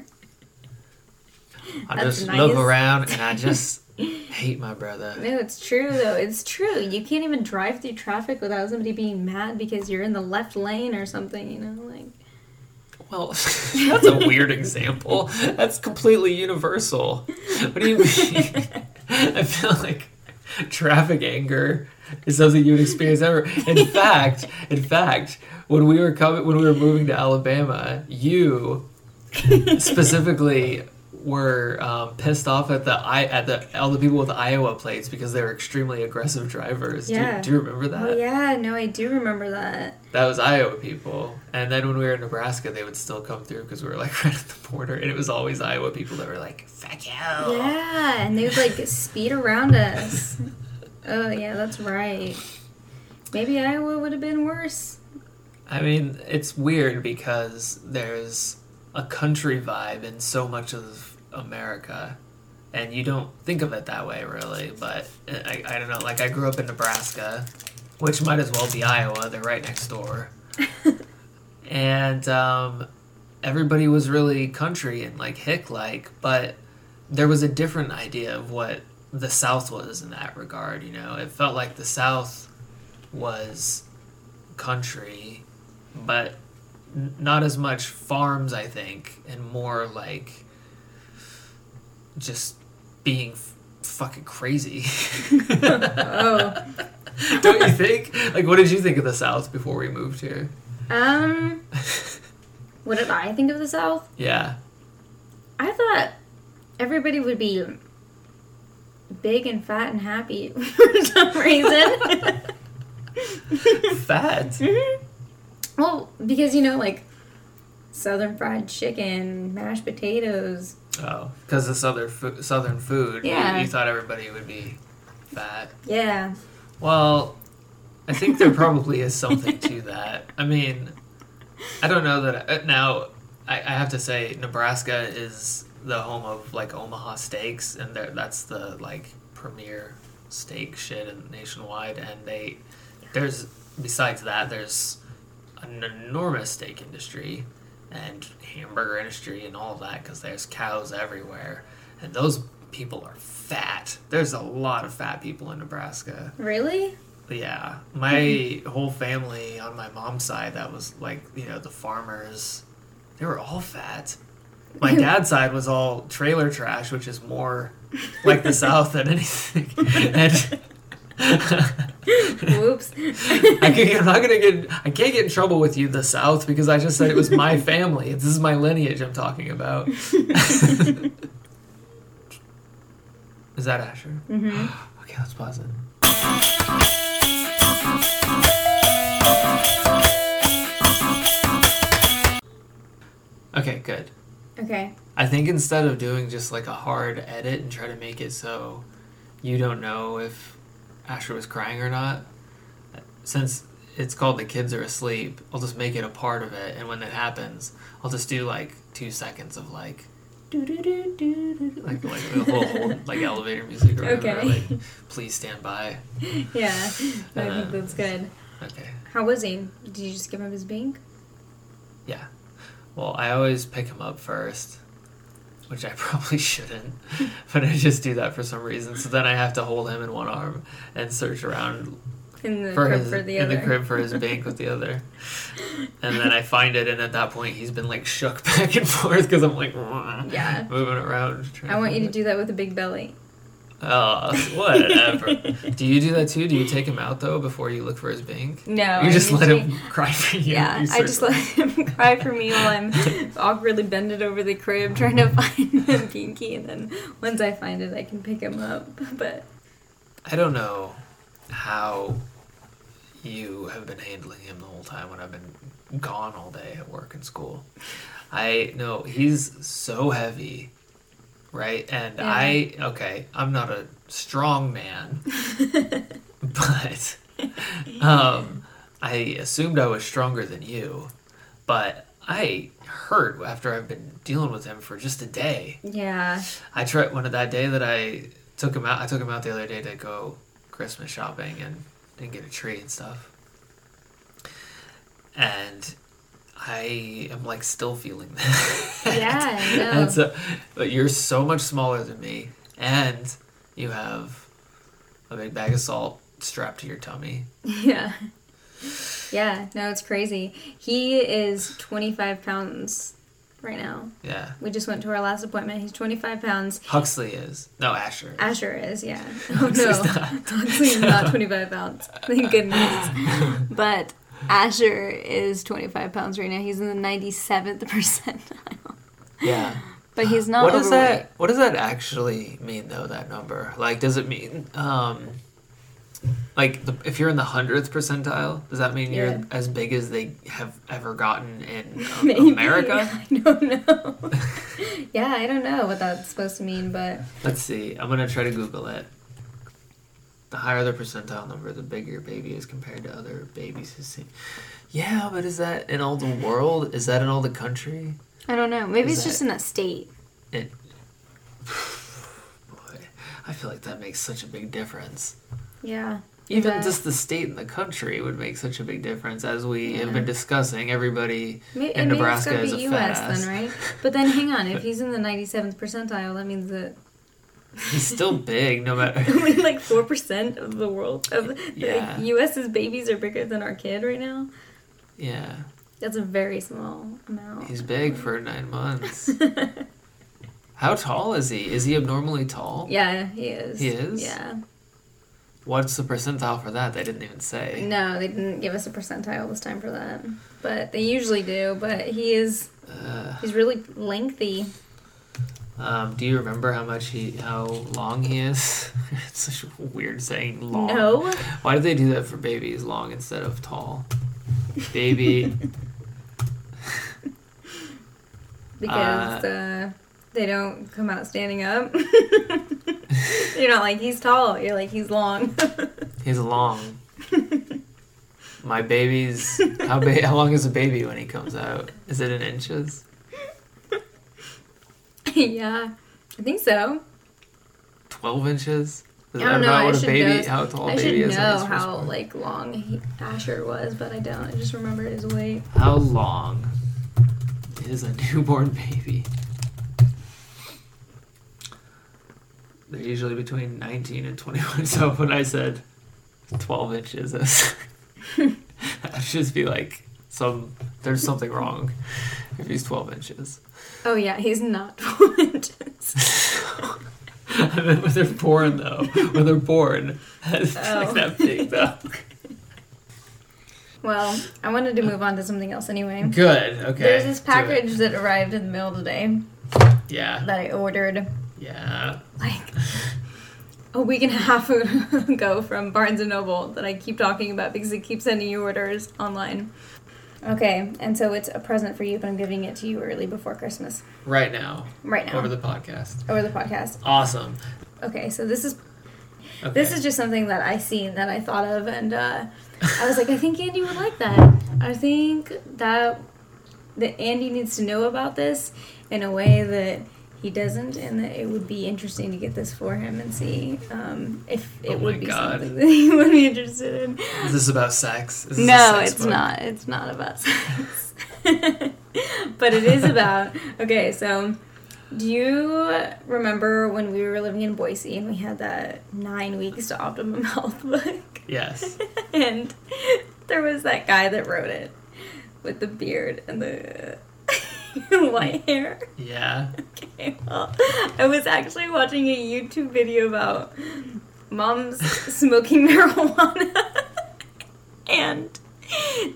[SPEAKER 2] I
[SPEAKER 3] That's
[SPEAKER 2] just
[SPEAKER 3] nice.
[SPEAKER 2] look around and I just hate my brother.
[SPEAKER 3] No, it's true though. It's true. You can't even drive through traffic without somebody being mad because you're in the left lane or something. You know, like
[SPEAKER 2] Well, that's a weird example. That's completely universal. What do you mean? I feel like traffic anger is something you would experience ever. In fact, in fact, when we were coming, when we were moving to Alabama, you specifically were um, pissed off at the I at the all the people with Iowa plates because they were extremely aggressive drivers. Do,
[SPEAKER 3] Yeah.
[SPEAKER 2] you, do you remember that?
[SPEAKER 3] oh yeah, no, I do remember that.
[SPEAKER 2] That was Iowa people, and then when we were in Nebraska, they would still come through because we were like right at the border, and it was always Iowa people that were like "fuck you."
[SPEAKER 3] Yeah, and they would like speed around us. Oh yeah, that's Oh, right. Maybe Iowa would have been worse.
[SPEAKER 2] I mean, it's weird because there's a country vibe in so much of America, and you don't think of it that way, really. But uh, I, I don't know. Like, I grew up in Nebraska, which might as well be Iowa. They're right next door. and um, everybody was really country and like hick like, but there was a different idea of what the South was in that regard. You know, it felt like the South was country, but n- not as much farms, I think, and more like just being f- fucking crazy.
[SPEAKER 3] Oh.
[SPEAKER 2] Don't you think? Like, what did you think of the South before we moved here?
[SPEAKER 3] Um, what did I think of the South?
[SPEAKER 2] yeah.
[SPEAKER 3] I thought everybody would be big and fat and happy for some reason.
[SPEAKER 2] Fat.
[SPEAKER 3] Mhm. Well, because you know, like southern fried chicken, mashed potatoes.
[SPEAKER 2] Oh, because the southern fo- southern food. you-
[SPEAKER 3] Yeah.
[SPEAKER 2] You, thought everybody would be fat.
[SPEAKER 3] Yeah,
[SPEAKER 2] Well, I think there probably is something to that. I mean, I don't know that uh, now. I, I have to say, Nebraska is the home of like Omaha Steaks, and they're- that's the like premier steak shit in- nationwide. And they there's besides that there's an enormous steak industry and hamburger industry and all that because there's cows everywhere, and those people are fat. There's a lot of fat people in Nebraska.
[SPEAKER 3] really?
[SPEAKER 2] Yeah, my whole family on my mom's side that was like you know the farmers, they were all fat. My dad's side was all trailer trash, which is more like the South than anything. And
[SPEAKER 3] Whoops.
[SPEAKER 2] I can, I'm not gonna get I can't get in trouble with you, the South, because I just said it was my family. This is my lineage I'm talking about. is that Asher?
[SPEAKER 3] hmm
[SPEAKER 2] Okay, let's pause it. Okay, good.
[SPEAKER 3] Okay.
[SPEAKER 2] I think instead of doing just like a hard edit and try to make it so you don't know if Asher was crying or not, since it's called The Kids Are Asleep, I'll just make it a part of it. And when that happens, I'll just do like two seconds of like, doo-doo-doo-doo-doo-doo, like, like the whole like elevator music or whatever.
[SPEAKER 3] Okay.
[SPEAKER 2] Like, please stand by.
[SPEAKER 3] Yeah, I
[SPEAKER 2] Uh,
[SPEAKER 3] think that's good.
[SPEAKER 2] Okay.
[SPEAKER 3] How was he? Did you just give him his bink?
[SPEAKER 2] Yeah. Well, I always pick him up first, which I probably shouldn't, but I just do that for some reason. So then I have to hold him in one arm and search around
[SPEAKER 3] In the
[SPEAKER 2] for
[SPEAKER 3] crib
[SPEAKER 2] his
[SPEAKER 3] for the
[SPEAKER 2] in
[SPEAKER 3] other.
[SPEAKER 2] the crib for his bank with the other, and then I find it, and at that point he's been like shook back and forth because I'm like
[SPEAKER 3] Yeah.
[SPEAKER 2] moving around. trying
[SPEAKER 3] I want you to
[SPEAKER 2] find
[SPEAKER 3] do that with a big belly.
[SPEAKER 2] it. Oh, whatever. do you do that too? Do you take him out though before you look for his bank?
[SPEAKER 3] No.
[SPEAKER 2] you just
[SPEAKER 3] I
[SPEAKER 2] let
[SPEAKER 3] usually-
[SPEAKER 2] him cry for you.
[SPEAKER 3] Yeah,
[SPEAKER 2] You
[SPEAKER 3] I
[SPEAKER 2] search
[SPEAKER 3] just let him cry for me while I'm awkwardly bended over the crib trying to find the pinky, and then once I find it, I can pick him up. But
[SPEAKER 2] I don't know how you have been handling him the whole time when I've been gone all day at work and school. I know he's so heavy, right? And
[SPEAKER 3] Yeah.
[SPEAKER 2] I okay, I'm not a strong man, but um, I assumed I was stronger than you, but I hurt after I've been dealing with him for just a day.
[SPEAKER 3] yeah,
[SPEAKER 2] I tried one of that day that I took him out. I took him out the other day to go Christmas shopping and and get a tree and stuff. And I am like still feeling that.
[SPEAKER 3] Yeah, I know.
[SPEAKER 2] And so, but you're so much smaller than me, and you have a big bag of salt strapped to your tummy.
[SPEAKER 3] yeah, yeah. No, it's crazy. He is 25 pounds right now.
[SPEAKER 2] Yeah,
[SPEAKER 3] We just went to our last appointment. He's 25 pounds.
[SPEAKER 2] Huxley is no Asher.
[SPEAKER 3] Asher is, yeah. Oh
[SPEAKER 2] Huxley's
[SPEAKER 3] no,
[SPEAKER 2] not.
[SPEAKER 3] Huxley's not 25 pounds. Thank goodness. But Asher is 25 pounds right now. He's in the 97th percentile.
[SPEAKER 2] Yeah.
[SPEAKER 3] But he's not
[SPEAKER 2] what does
[SPEAKER 3] overweight.
[SPEAKER 2] that what does that actually mean though that number like does it mean um like the, if you're in the hundredth percentile does that mean
[SPEAKER 3] Yeah.
[SPEAKER 2] you're as big as they have ever gotten in um,
[SPEAKER 3] Maybe.
[SPEAKER 2] america
[SPEAKER 3] I don't know. yeah, I don't know what that's supposed to mean, but
[SPEAKER 2] let's see i'm gonna try to google it The higher the percentile number, the bigger your baby is compared to other babies. who's seen- Yeah, but is that in all the world? Is that in all the country?
[SPEAKER 3] I don't know. Maybe
[SPEAKER 2] Is
[SPEAKER 3] it's just
[SPEAKER 2] that-
[SPEAKER 3] in that state.
[SPEAKER 2] It. Boy, I feel like that makes such a big difference.
[SPEAKER 3] Yeah.
[SPEAKER 2] Even
[SPEAKER 3] does.
[SPEAKER 2] just the state and the country would make such a big difference, as we have been discussing. Everybody
[SPEAKER 3] Maybe,
[SPEAKER 2] in
[SPEAKER 3] and maybe it's
[SPEAKER 2] Nebraska
[SPEAKER 3] got to
[SPEAKER 2] is a
[SPEAKER 3] be
[SPEAKER 2] fat
[SPEAKER 3] U.S.
[SPEAKER 2] ass.
[SPEAKER 3] then, right? But then hang on, if he's in the 97th percentile, that means that
[SPEAKER 2] He's still big, no matter.
[SPEAKER 3] only like four percent of the world of the
[SPEAKER 2] Yeah.
[SPEAKER 3] U.S.'s babies are bigger than our kid right now.
[SPEAKER 2] yeah,
[SPEAKER 3] That's a very small amount.
[SPEAKER 2] he's big for nine months. How tall is he? Is he abnormally tall?
[SPEAKER 3] yeah, he is.
[SPEAKER 2] He is?
[SPEAKER 3] Yeah.
[SPEAKER 2] What's the percentile for that? They didn't even say.
[SPEAKER 3] No, they didn't give us a percentile this time for that, but they usually do. But he is
[SPEAKER 2] Uh,
[SPEAKER 3] he's really lengthy.
[SPEAKER 2] um, do you remember how much he, how long he is? it's such a weird saying. Long.
[SPEAKER 3] No,
[SPEAKER 2] Why did they do that for babies? Long instead of tall. Baby.
[SPEAKER 3] because uh, they don't come out standing up. You're not like he's tall. You're like he's long.
[SPEAKER 2] He's long. My baby's how ba- how long is a baby when he comes out? Is it in inches?
[SPEAKER 3] yeah, I think so.
[SPEAKER 2] Twelve inches? Is
[SPEAKER 3] I don't know.
[SPEAKER 2] about
[SPEAKER 3] I
[SPEAKER 2] what a
[SPEAKER 3] should
[SPEAKER 2] baby
[SPEAKER 3] know.
[SPEAKER 2] how tall a
[SPEAKER 3] I should
[SPEAKER 2] baby is? when
[SPEAKER 3] know
[SPEAKER 2] he's first
[SPEAKER 3] how
[SPEAKER 2] born?
[SPEAKER 3] like long he, Asher was, but I don't. I just remember his weight.
[SPEAKER 2] how long is a newborn baby? They're usually between nineteen and twenty-one. So when I said twelve inches, I was- I'd just be like, some there's something wrong if he's twelve inches.
[SPEAKER 3] Oh yeah, he's not four inches.
[SPEAKER 2] I meant when they're born, though. When they're born, it's
[SPEAKER 3] Oh.
[SPEAKER 2] like that big, though.
[SPEAKER 3] Well, I wanted to move on to something else anyway.
[SPEAKER 2] Good. Okay.
[SPEAKER 3] There's this
[SPEAKER 2] do it.
[SPEAKER 3] package that arrived in the mail today
[SPEAKER 2] Yeah.
[SPEAKER 3] that I ordered
[SPEAKER 2] Yeah.
[SPEAKER 3] like a week and a half ago from Barnes and Noble that I keep talking about because they keep sending you orders online. Okay, and so it's a present for you, but I'm giving it to you early before Christmas,
[SPEAKER 2] Right now,
[SPEAKER 3] right now,
[SPEAKER 2] over the podcast.
[SPEAKER 3] over the podcast.
[SPEAKER 2] Awesome.
[SPEAKER 3] Okay, so this is
[SPEAKER 2] Okay.
[SPEAKER 3] This is just something that I seen that I thought of, and uh, I was like, I think Andy would like that. I think that that Andy needs to know about this in a way that he doesn't, and that it would be interesting to get this for him and see um, if it
[SPEAKER 2] Oh my
[SPEAKER 3] would be
[SPEAKER 2] God.
[SPEAKER 3] something that he would be interested in.
[SPEAKER 2] Is this about sex. Is this a
[SPEAKER 3] No,
[SPEAKER 2] sex
[SPEAKER 3] it's
[SPEAKER 2] book?
[SPEAKER 3] not. It's not about sex. but it is about. Okay, so do you remember when we were living in Boise and we had that nine weeks to optimum health book?
[SPEAKER 2] Yes.
[SPEAKER 3] And there was that guy that wrote it with the beard and the white hair.
[SPEAKER 2] Yeah.
[SPEAKER 3] Okay, well, I was actually watching a YouTube video about moms smoking marijuana. and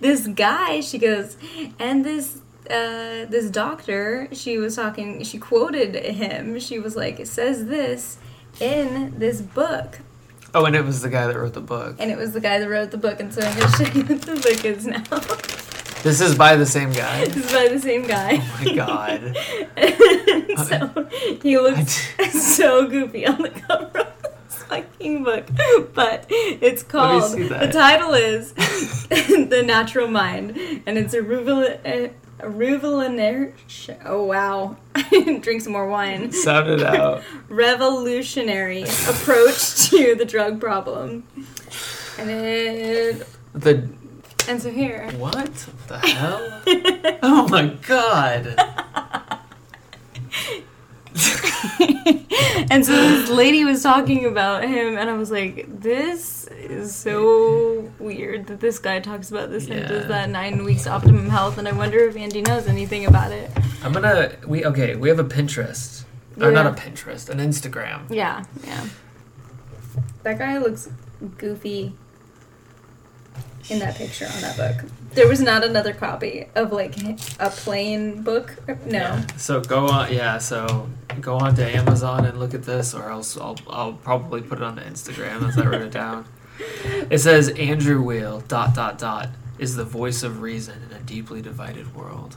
[SPEAKER 3] this guy, she goes, and this uh, this doctor, she was talking, she quoted him. She was like, it says this in this book.
[SPEAKER 2] Oh, and it was the guy that wrote the book.
[SPEAKER 3] And it was the guy that wrote the book, and so I'm going to show you what the book is now.
[SPEAKER 2] This is by the same guy.
[SPEAKER 3] this is by the same guy.
[SPEAKER 2] Oh my God.
[SPEAKER 3] And so he looks
[SPEAKER 2] I
[SPEAKER 3] so goofy on the cover of this fucking book. But it's called,
[SPEAKER 2] see that.
[SPEAKER 3] the title is The Natural Mind. And it's a revolutionary. Oh, wow. Drink some more wine.
[SPEAKER 2] Sound it out.
[SPEAKER 3] Revolutionary approach to the drug problem. And it.
[SPEAKER 2] The
[SPEAKER 3] And so here.
[SPEAKER 2] what the hell? Oh my God.
[SPEAKER 3] and so this lady was talking about him, and I was like, this is so weird that this guy talks about this and does
[SPEAKER 2] Yeah.
[SPEAKER 3] that nine weeks optimum health, and I wonder if Andy knows anything about it.
[SPEAKER 2] I'm gonna we okay, we have a Pinterest. Or not
[SPEAKER 3] Yeah.
[SPEAKER 2] a Pinterest, an Instagram.
[SPEAKER 3] Yeah, yeah. That guy looks goofy in that picture on that book. There was not another copy of like a plain book. No.
[SPEAKER 2] Yeah. So go on yeah, so go on to Amazon and look at this or else I'll I'll probably put it on the Instagram as I wrote it down. It says Andrew Wheel dot dot dot is the voice of reason in a deeply divided world.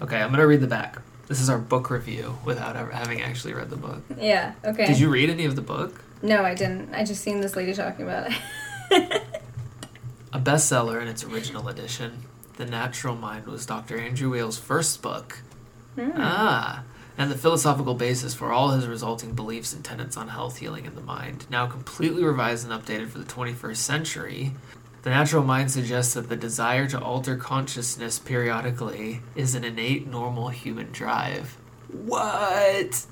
[SPEAKER 2] Okay, I'm gonna read the back. This is our book review without ever having actually read the book.
[SPEAKER 3] Yeah. Okay.
[SPEAKER 2] Did you read any of the book?
[SPEAKER 3] No, I didn't. I just seen this lady talking about it.
[SPEAKER 2] A bestseller in its original edition, The Natural Mind was Dr. Andrew Weil's first book. Ah, and the philosophical basis for all his resulting beliefs and tenets on health, healing, and the mind. Now completely revised and updated for the 21st century, The Natural Mind suggests that the desire to alter consciousness periodically is an innate, normal human drive. What?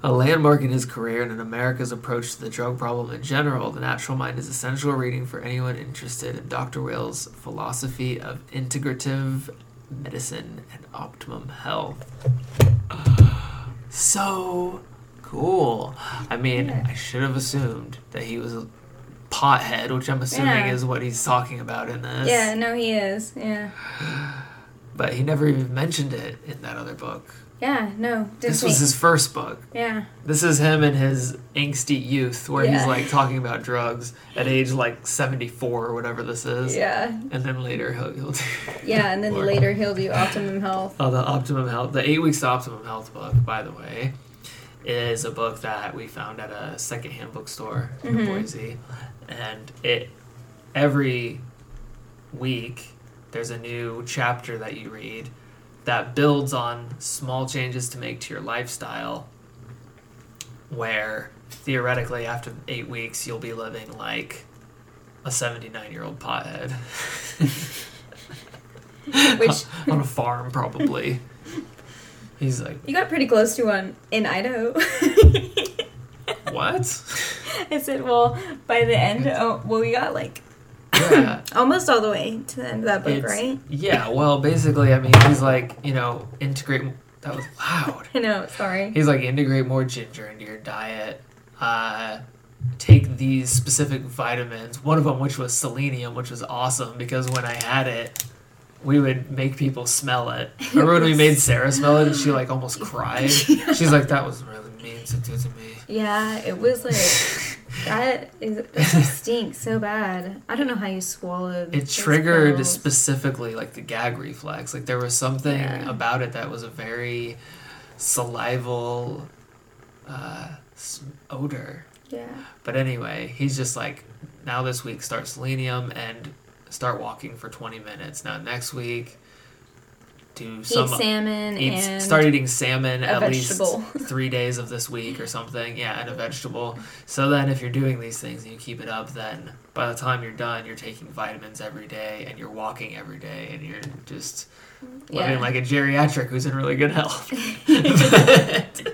[SPEAKER 2] A landmark in his career and in America's approach to the drug problem in general, The Natural Mind is essential reading for anyone interested in Dr. Whale's philosophy of integrative medicine and optimum health. So cool. I mean,
[SPEAKER 3] Yeah.
[SPEAKER 2] I should have assumed that he was a pothead, which I'm assuming
[SPEAKER 3] Yeah.
[SPEAKER 2] is what he's talking about in this.
[SPEAKER 3] yeah, no, he is. Yeah.
[SPEAKER 2] But he never even mentioned it in that other book.
[SPEAKER 3] Yeah, no. Didn't
[SPEAKER 2] This was
[SPEAKER 3] think-
[SPEAKER 2] his first book.
[SPEAKER 3] yeah.
[SPEAKER 2] This is him in his angsty youth, where he's
[SPEAKER 3] Yeah.
[SPEAKER 2] like talking about drugs at age like 74 or whatever this is.
[SPEAKER 3] Yeah.
[SPEAKER 2] And then later he'll, he'll do
[SPEAKER 3] Yeah, and then
[SPEAKER 2] Or-
[SPEAKER 3] later he'll do optimum health.
[SPEAKER 2] Oh, the Optimum Health, the Eight Weeks to Optimum Health book, by the way, is a book that we found at a secondhand bookstore in Boise, and it every week there's a new chapter that you read that builds on small changes to make to your lifestyle, where theoretically after eight weeks you'll be living like a 79 year old pothead
[SPEAKER 3] Which
[SPEAKER 2] on a farm probably. He's like,
[SPEAKER 3] you got pretty close to one in Idaho.
[SPEAKER 2] What?
[SPEAKER 3] I said, well, by the end, oh, well, we got like
[SPEAKER 2] yeah.
[SPEAKER 3] almost all the way to the end of that book,
[SPEAKER 2] it's-
[SPEAKER 3] right?
[SPEAKER 2] Yeah, well, basically, I mean, he's like, you know, integrate. That was loud.
[SPEAKER 3] I know, sorry.
[SPEAKER 2] He's like, integrate more ginger into your diet. Uh, take these specific vitamins, one of them which was selenium, which was awesome because when I had it, we would make people smell it. Remember when we made Sarah smell it and she like almost cried? She's like, that was really mean to do to me.
[SPEAKER 3] Yeah, it was like that is it just stinks so bad. I don't know how you swallowed.
[SPEAKER 2] it
[SPEAKER 3] those
[SPEAKER 2] triggered
[SPEAKER 3] pills.
[SPEAKER 2] specifically like the gag reflex like there was something
[SPEAKER 3] Yeah.
[SPEAKER 2] about it that was a very salival uh, s- odor
[SPEAKER 3] yeah,
[SPEAKER 2] but anyway he's just like now this week start selenium and start walking for 20 minutes now next week do some
[SPEAKER 3] eat salmon
[SPEAKER 2] eat-
[SPEAKER 3] and
[SPEAKER 2] start eating salmon at
[SPEAKER 3] vegetable.
[SPEAKER 2] least three days of this week or something. Yeah, and a vegetable. So then, if you're doing these things and you keep it up, then by the time you're done, you're taking vitamins every day and you're walking every day and you're just
[SPEAKER 3] yeah,
[SPEAKER 2] living like a geriatric who's in really good health.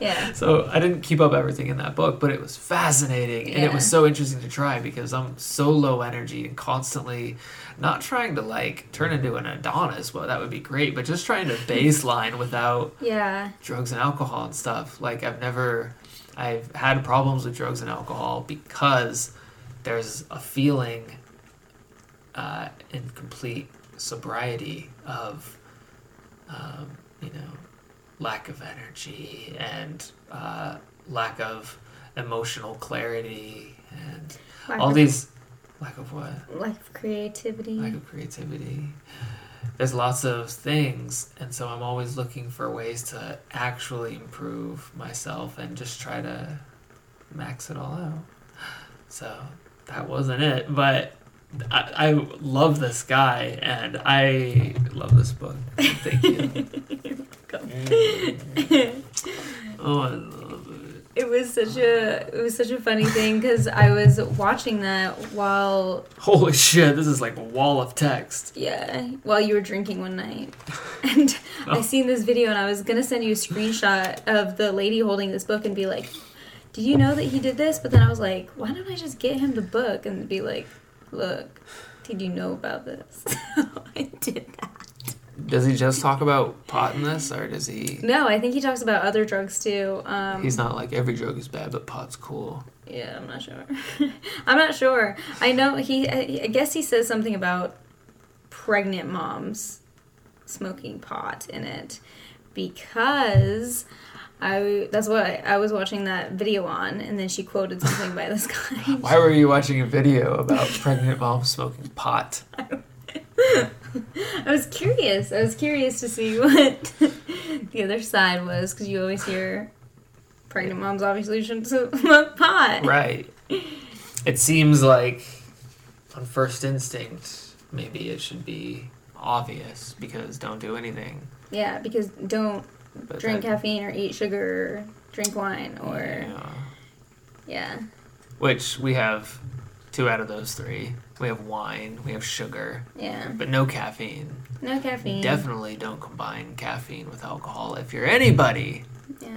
[SPEAKER 3] yeah,
[SPEAKER 2] so I didn't keep up everything in that book, but it was fascinating and it was
[SPEAKER 3] Yeah.
[SPEAKER 2] so interesting to try because I'm so low energy and constantly not trying to like turn into an Adonis. Well, that would be great, but just trying to baseline without
[SPEAKER 3] yeah,
[SPEAKER 2] drugs and alcohol and stuff. Like I've never I've had problems with drugs and alcohol because there's a feeling uh, in complete sobriety of um, you know lack of energy and uh, lack of emotional clarity and
[SPEAKER 3] Lack
[SPEAKER 2] all
[SPEAKER 3] of-
[SPEAKER 2] these lack of what
[SPEAKER 3] lack of creativity.
[SPEAKER 2] lack of creativity. There's lots of things, and so I'm always looking for ways to actually improve myself and just try to max it all out. So that wasn't it, but I, I love this guy and I love this book. Thank you. oh, I love it.
[SPEAKER 3] It was such a it was such a funny thing because I was watching that while
[SPEAKER 2] Holy shit, this is like a wall of text.
[SPEAKER 3] yeah while you were drinking one night, and I seen this video and I was gonna send you a screenshot of the lady holding this book and be like, "Did you know that he did this?" But then I was like, "Why don't I just get him the book and be like, look, did you know about this?" I did that.
[SPEAKER 2] Does he just talk about pot in this, or does he?
[SPEAKER 3] No, I think he talks about other drugs too. Um,
[SPEAKER 2] He's not like every drug is bad, but pot's cool.
[SPEAKER 3] Yeah, I'm not sure. I'm not sure. I know he. I I guess he says something about pregnant moms smoking pot in it because I. That's what I, I was watching that video on, and then she quoted something by this guy.
[SPEAKER 2] Why were you watching a video about pregnant moms smoking pot?
[SPEAKER 3] I was curious. I was curious to see what the other side was because you always hear pregnant moms obviously shouldn't smoke pot.
[SPEAKER 2] Right. It seems like, on first instinct, maybe it should be obvious because don't do anything.
[SPEAKER 3] Yeah, because don't
[SPEAKER 2] But
[SPEAKER 3] drink
[SPEAKER 2] that-
[SPEAKER 3] caffeine or eat sugar, drink wine, or
[SPEAKER 2] Yeah.
[SPEAKER 3] yeah,
[SPEAKER 2] Which we have two out of those three. We have wine, we have sugar,
[SPEAKER 3] yeah,
[SPEAKER 2] but no caffeine.
[SPEAKER 3] no caffeine.
[SPEAKER 2] Definitely don't combine caffeine with alcohol if you're anybody.
[SPEAKER 3] Yeah,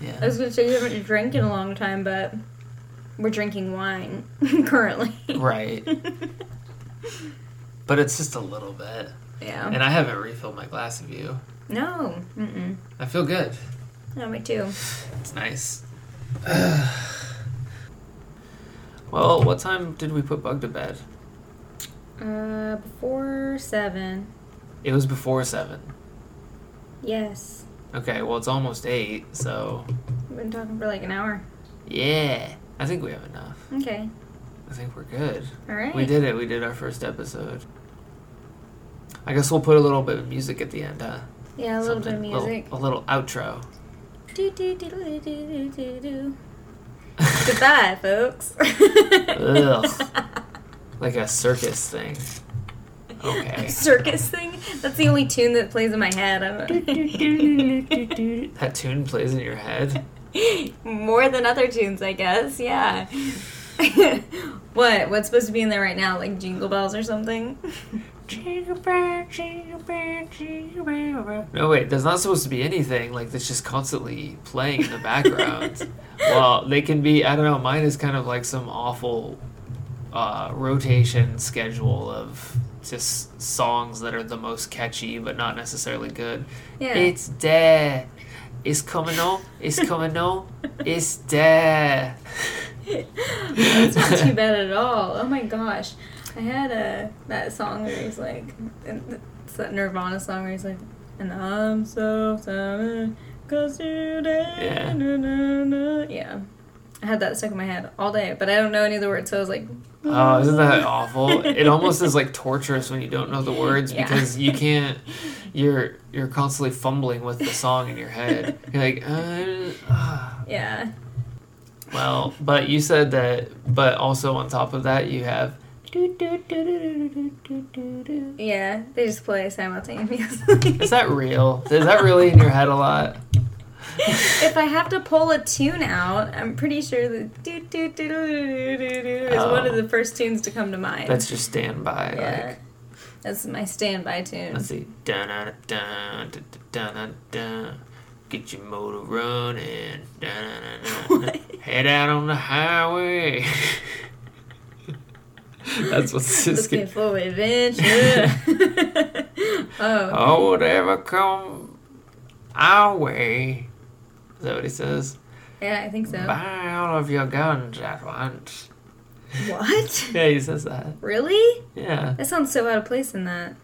[SPEAKER 3] I
[SPEAKER 2] Yeah.
[SPEAKER 3] was gonna say we haven't drank in a long time, but we're drinking wine currently.
[SPEAKER 2] Right. but it's just a little bit.
[SPEAKER 3] yeah.
[SPEAKER 2] And I haven't refilled my glass of you.
[SPEAKER 3] No. Mm-mm.
[SPEAKER 2] I feel good.
[SPEAKER 3] No, me too.
[SPEAKER 2] It's nice. well, what time did we put Bug to bed?
[SPEAKER 3] Uh, before seven.
[SPEAKER 2] It was before 7.
[SPEAKER 3] Yes.
[SPEAKER 2] Okay, well, it's almost 8, so.
[SPEAKER 3] We've been talking for like an hour.
[SPEAKER 2] Yeah. I think we have enough.
[SPEAKER 3] Okay.
[SPEAKER 2] I think we're good.
[SPEAKER 3] All right.
[SPEAKER 2] We did it. We did our first episode. I guess we'll put a little bit of music at the end, huh?
[SPEAKER 3] Yeah, a little
[SPEAKER 2] Something- Oh,
[SPEAKER 3] bit of music.
[SPEAKER 2] A little, a little outro.
[SPEAKER 3] Do, do, do, do, do, do, do. Goodbye, folks.
[SPEAKER 2] Ugh. like a circus thing. Okay.
[SPEAKER 3] Circus thing? That's the only tune that plays in my head. I'm-
[SPEAKER 2] That tune plays in your head.
[SPEAKER 3] More than other tunes, I guess. Yeah. what? What's supposed to be in there right now? Like jingle bells or something?
[SPEAKER 2] No, wait, there's not supposed to be anything. Like, that's just constantly playing in the background. well, they can be, I don't know, mine is kind of like some awful uh, rotation schedule of just songs that are the most catchy but not necessarily good.
[SPEAKER 3] Yeah.
[SPEAKER 2] It's there. It's coming on. It's coming on. It's there.
[SPEAKER 3] That's not too bad at all. Oh my gosh. I had a that song where he's like and it's that Nirvana song where he's like and I'm so sorry cause you
[SPEAKER 2] Yeah.
[SPEAKER 3] did na, na, na." yeah. I had that stuck in my head all day, but I don't know any of the words, so I was like
[SPEAKER 2] Oh, isn't that awful? It almost is like torturous when you don't know the words
[SPEAKER 3] Yeah.
[SPEAKER 2] because you can't. You're you're constantly fumbling with the song in your head. You're like, uh, ah.
[SPEAKER 3] Yeah.
[SPEAKER 2] well, but you said that. But also on top of that, you have. Is
[SPEAKER 3] Yeah. They just play simultaneously.
[SPEAKER 2] that real? Is that really in your head a lot?
[SPEAKER 3] if I have to pull a tune out, I'm pretty sure that do do do do do do do is one of
[SPEAKER 2] Oh.
[SPEAKER 3] the first tunes to come to mind.
[SPEAKER 2] That's your standby.
[SPEAKER 3] Yeah.
[SPEAKER 2] Like,
[SPEAKER 3] That's my standby tune.
[SPEAKER 2] let's see. Dun dun dun dun dun dun dun. Get your motor running. Dun, dun, dun, dun. Head out on the highway. That's what's this
[SPEAKER 3] Looking
[SPEAKER 2] kid.
[SPEAKER 3] for adventure. oh,
[SPEAKER 2] Oh, whatever come our way. Is that what he says?
[SPEAKER 3] yeah, I think so.
[SPEAKER 2] Buy all of your guns at once.
[SPEAKER 3] What?
[SPEAKER 2] Yeah, he says that.
[SPEAKER 3] Really?
[SPEAKER 2] Yeah.
[SPEAKER 3] That sounds so out of place in that.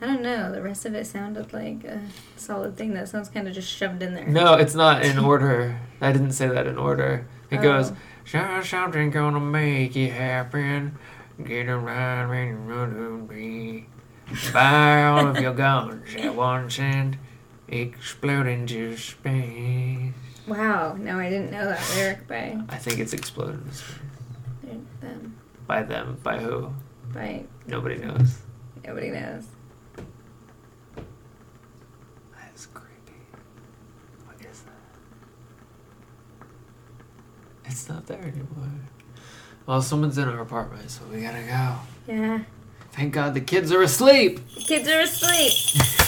[SPEAKER 3] I don't know. The rest of it sounded like a solid thing. That sounds kind of just shoved in there.
[SPEAKER 2] No, it's not in order. I didn't say that in order. It
[SPEAKER 3] Oh.
[SPEAKER 2] goes, "Sure, something gonna make it happen. Get around when you want to be. Buy all of your guns at once and explode into space.
[SPEAKER 3] Wow. No, I didn't know that lyric by
[SPEAKER 2] I think it's exploded into space.
[SPEAKER 3] them.
[SPEAKER 2] by them. By who?
[SPEAKER 3] By
[SPEAKER 2] Nobody knows.
[SPEAKER 3] nobody knows.
[SPEAKER 2] That's creepy. What is that? It's not there anymore. Well, someone's in our apartment, so we gotta go.
[SPEAKER 3] Yeah.
[SPEAKER 2] Thank God the kids are asleep.
[SPEAKER 3] Kids are asleep.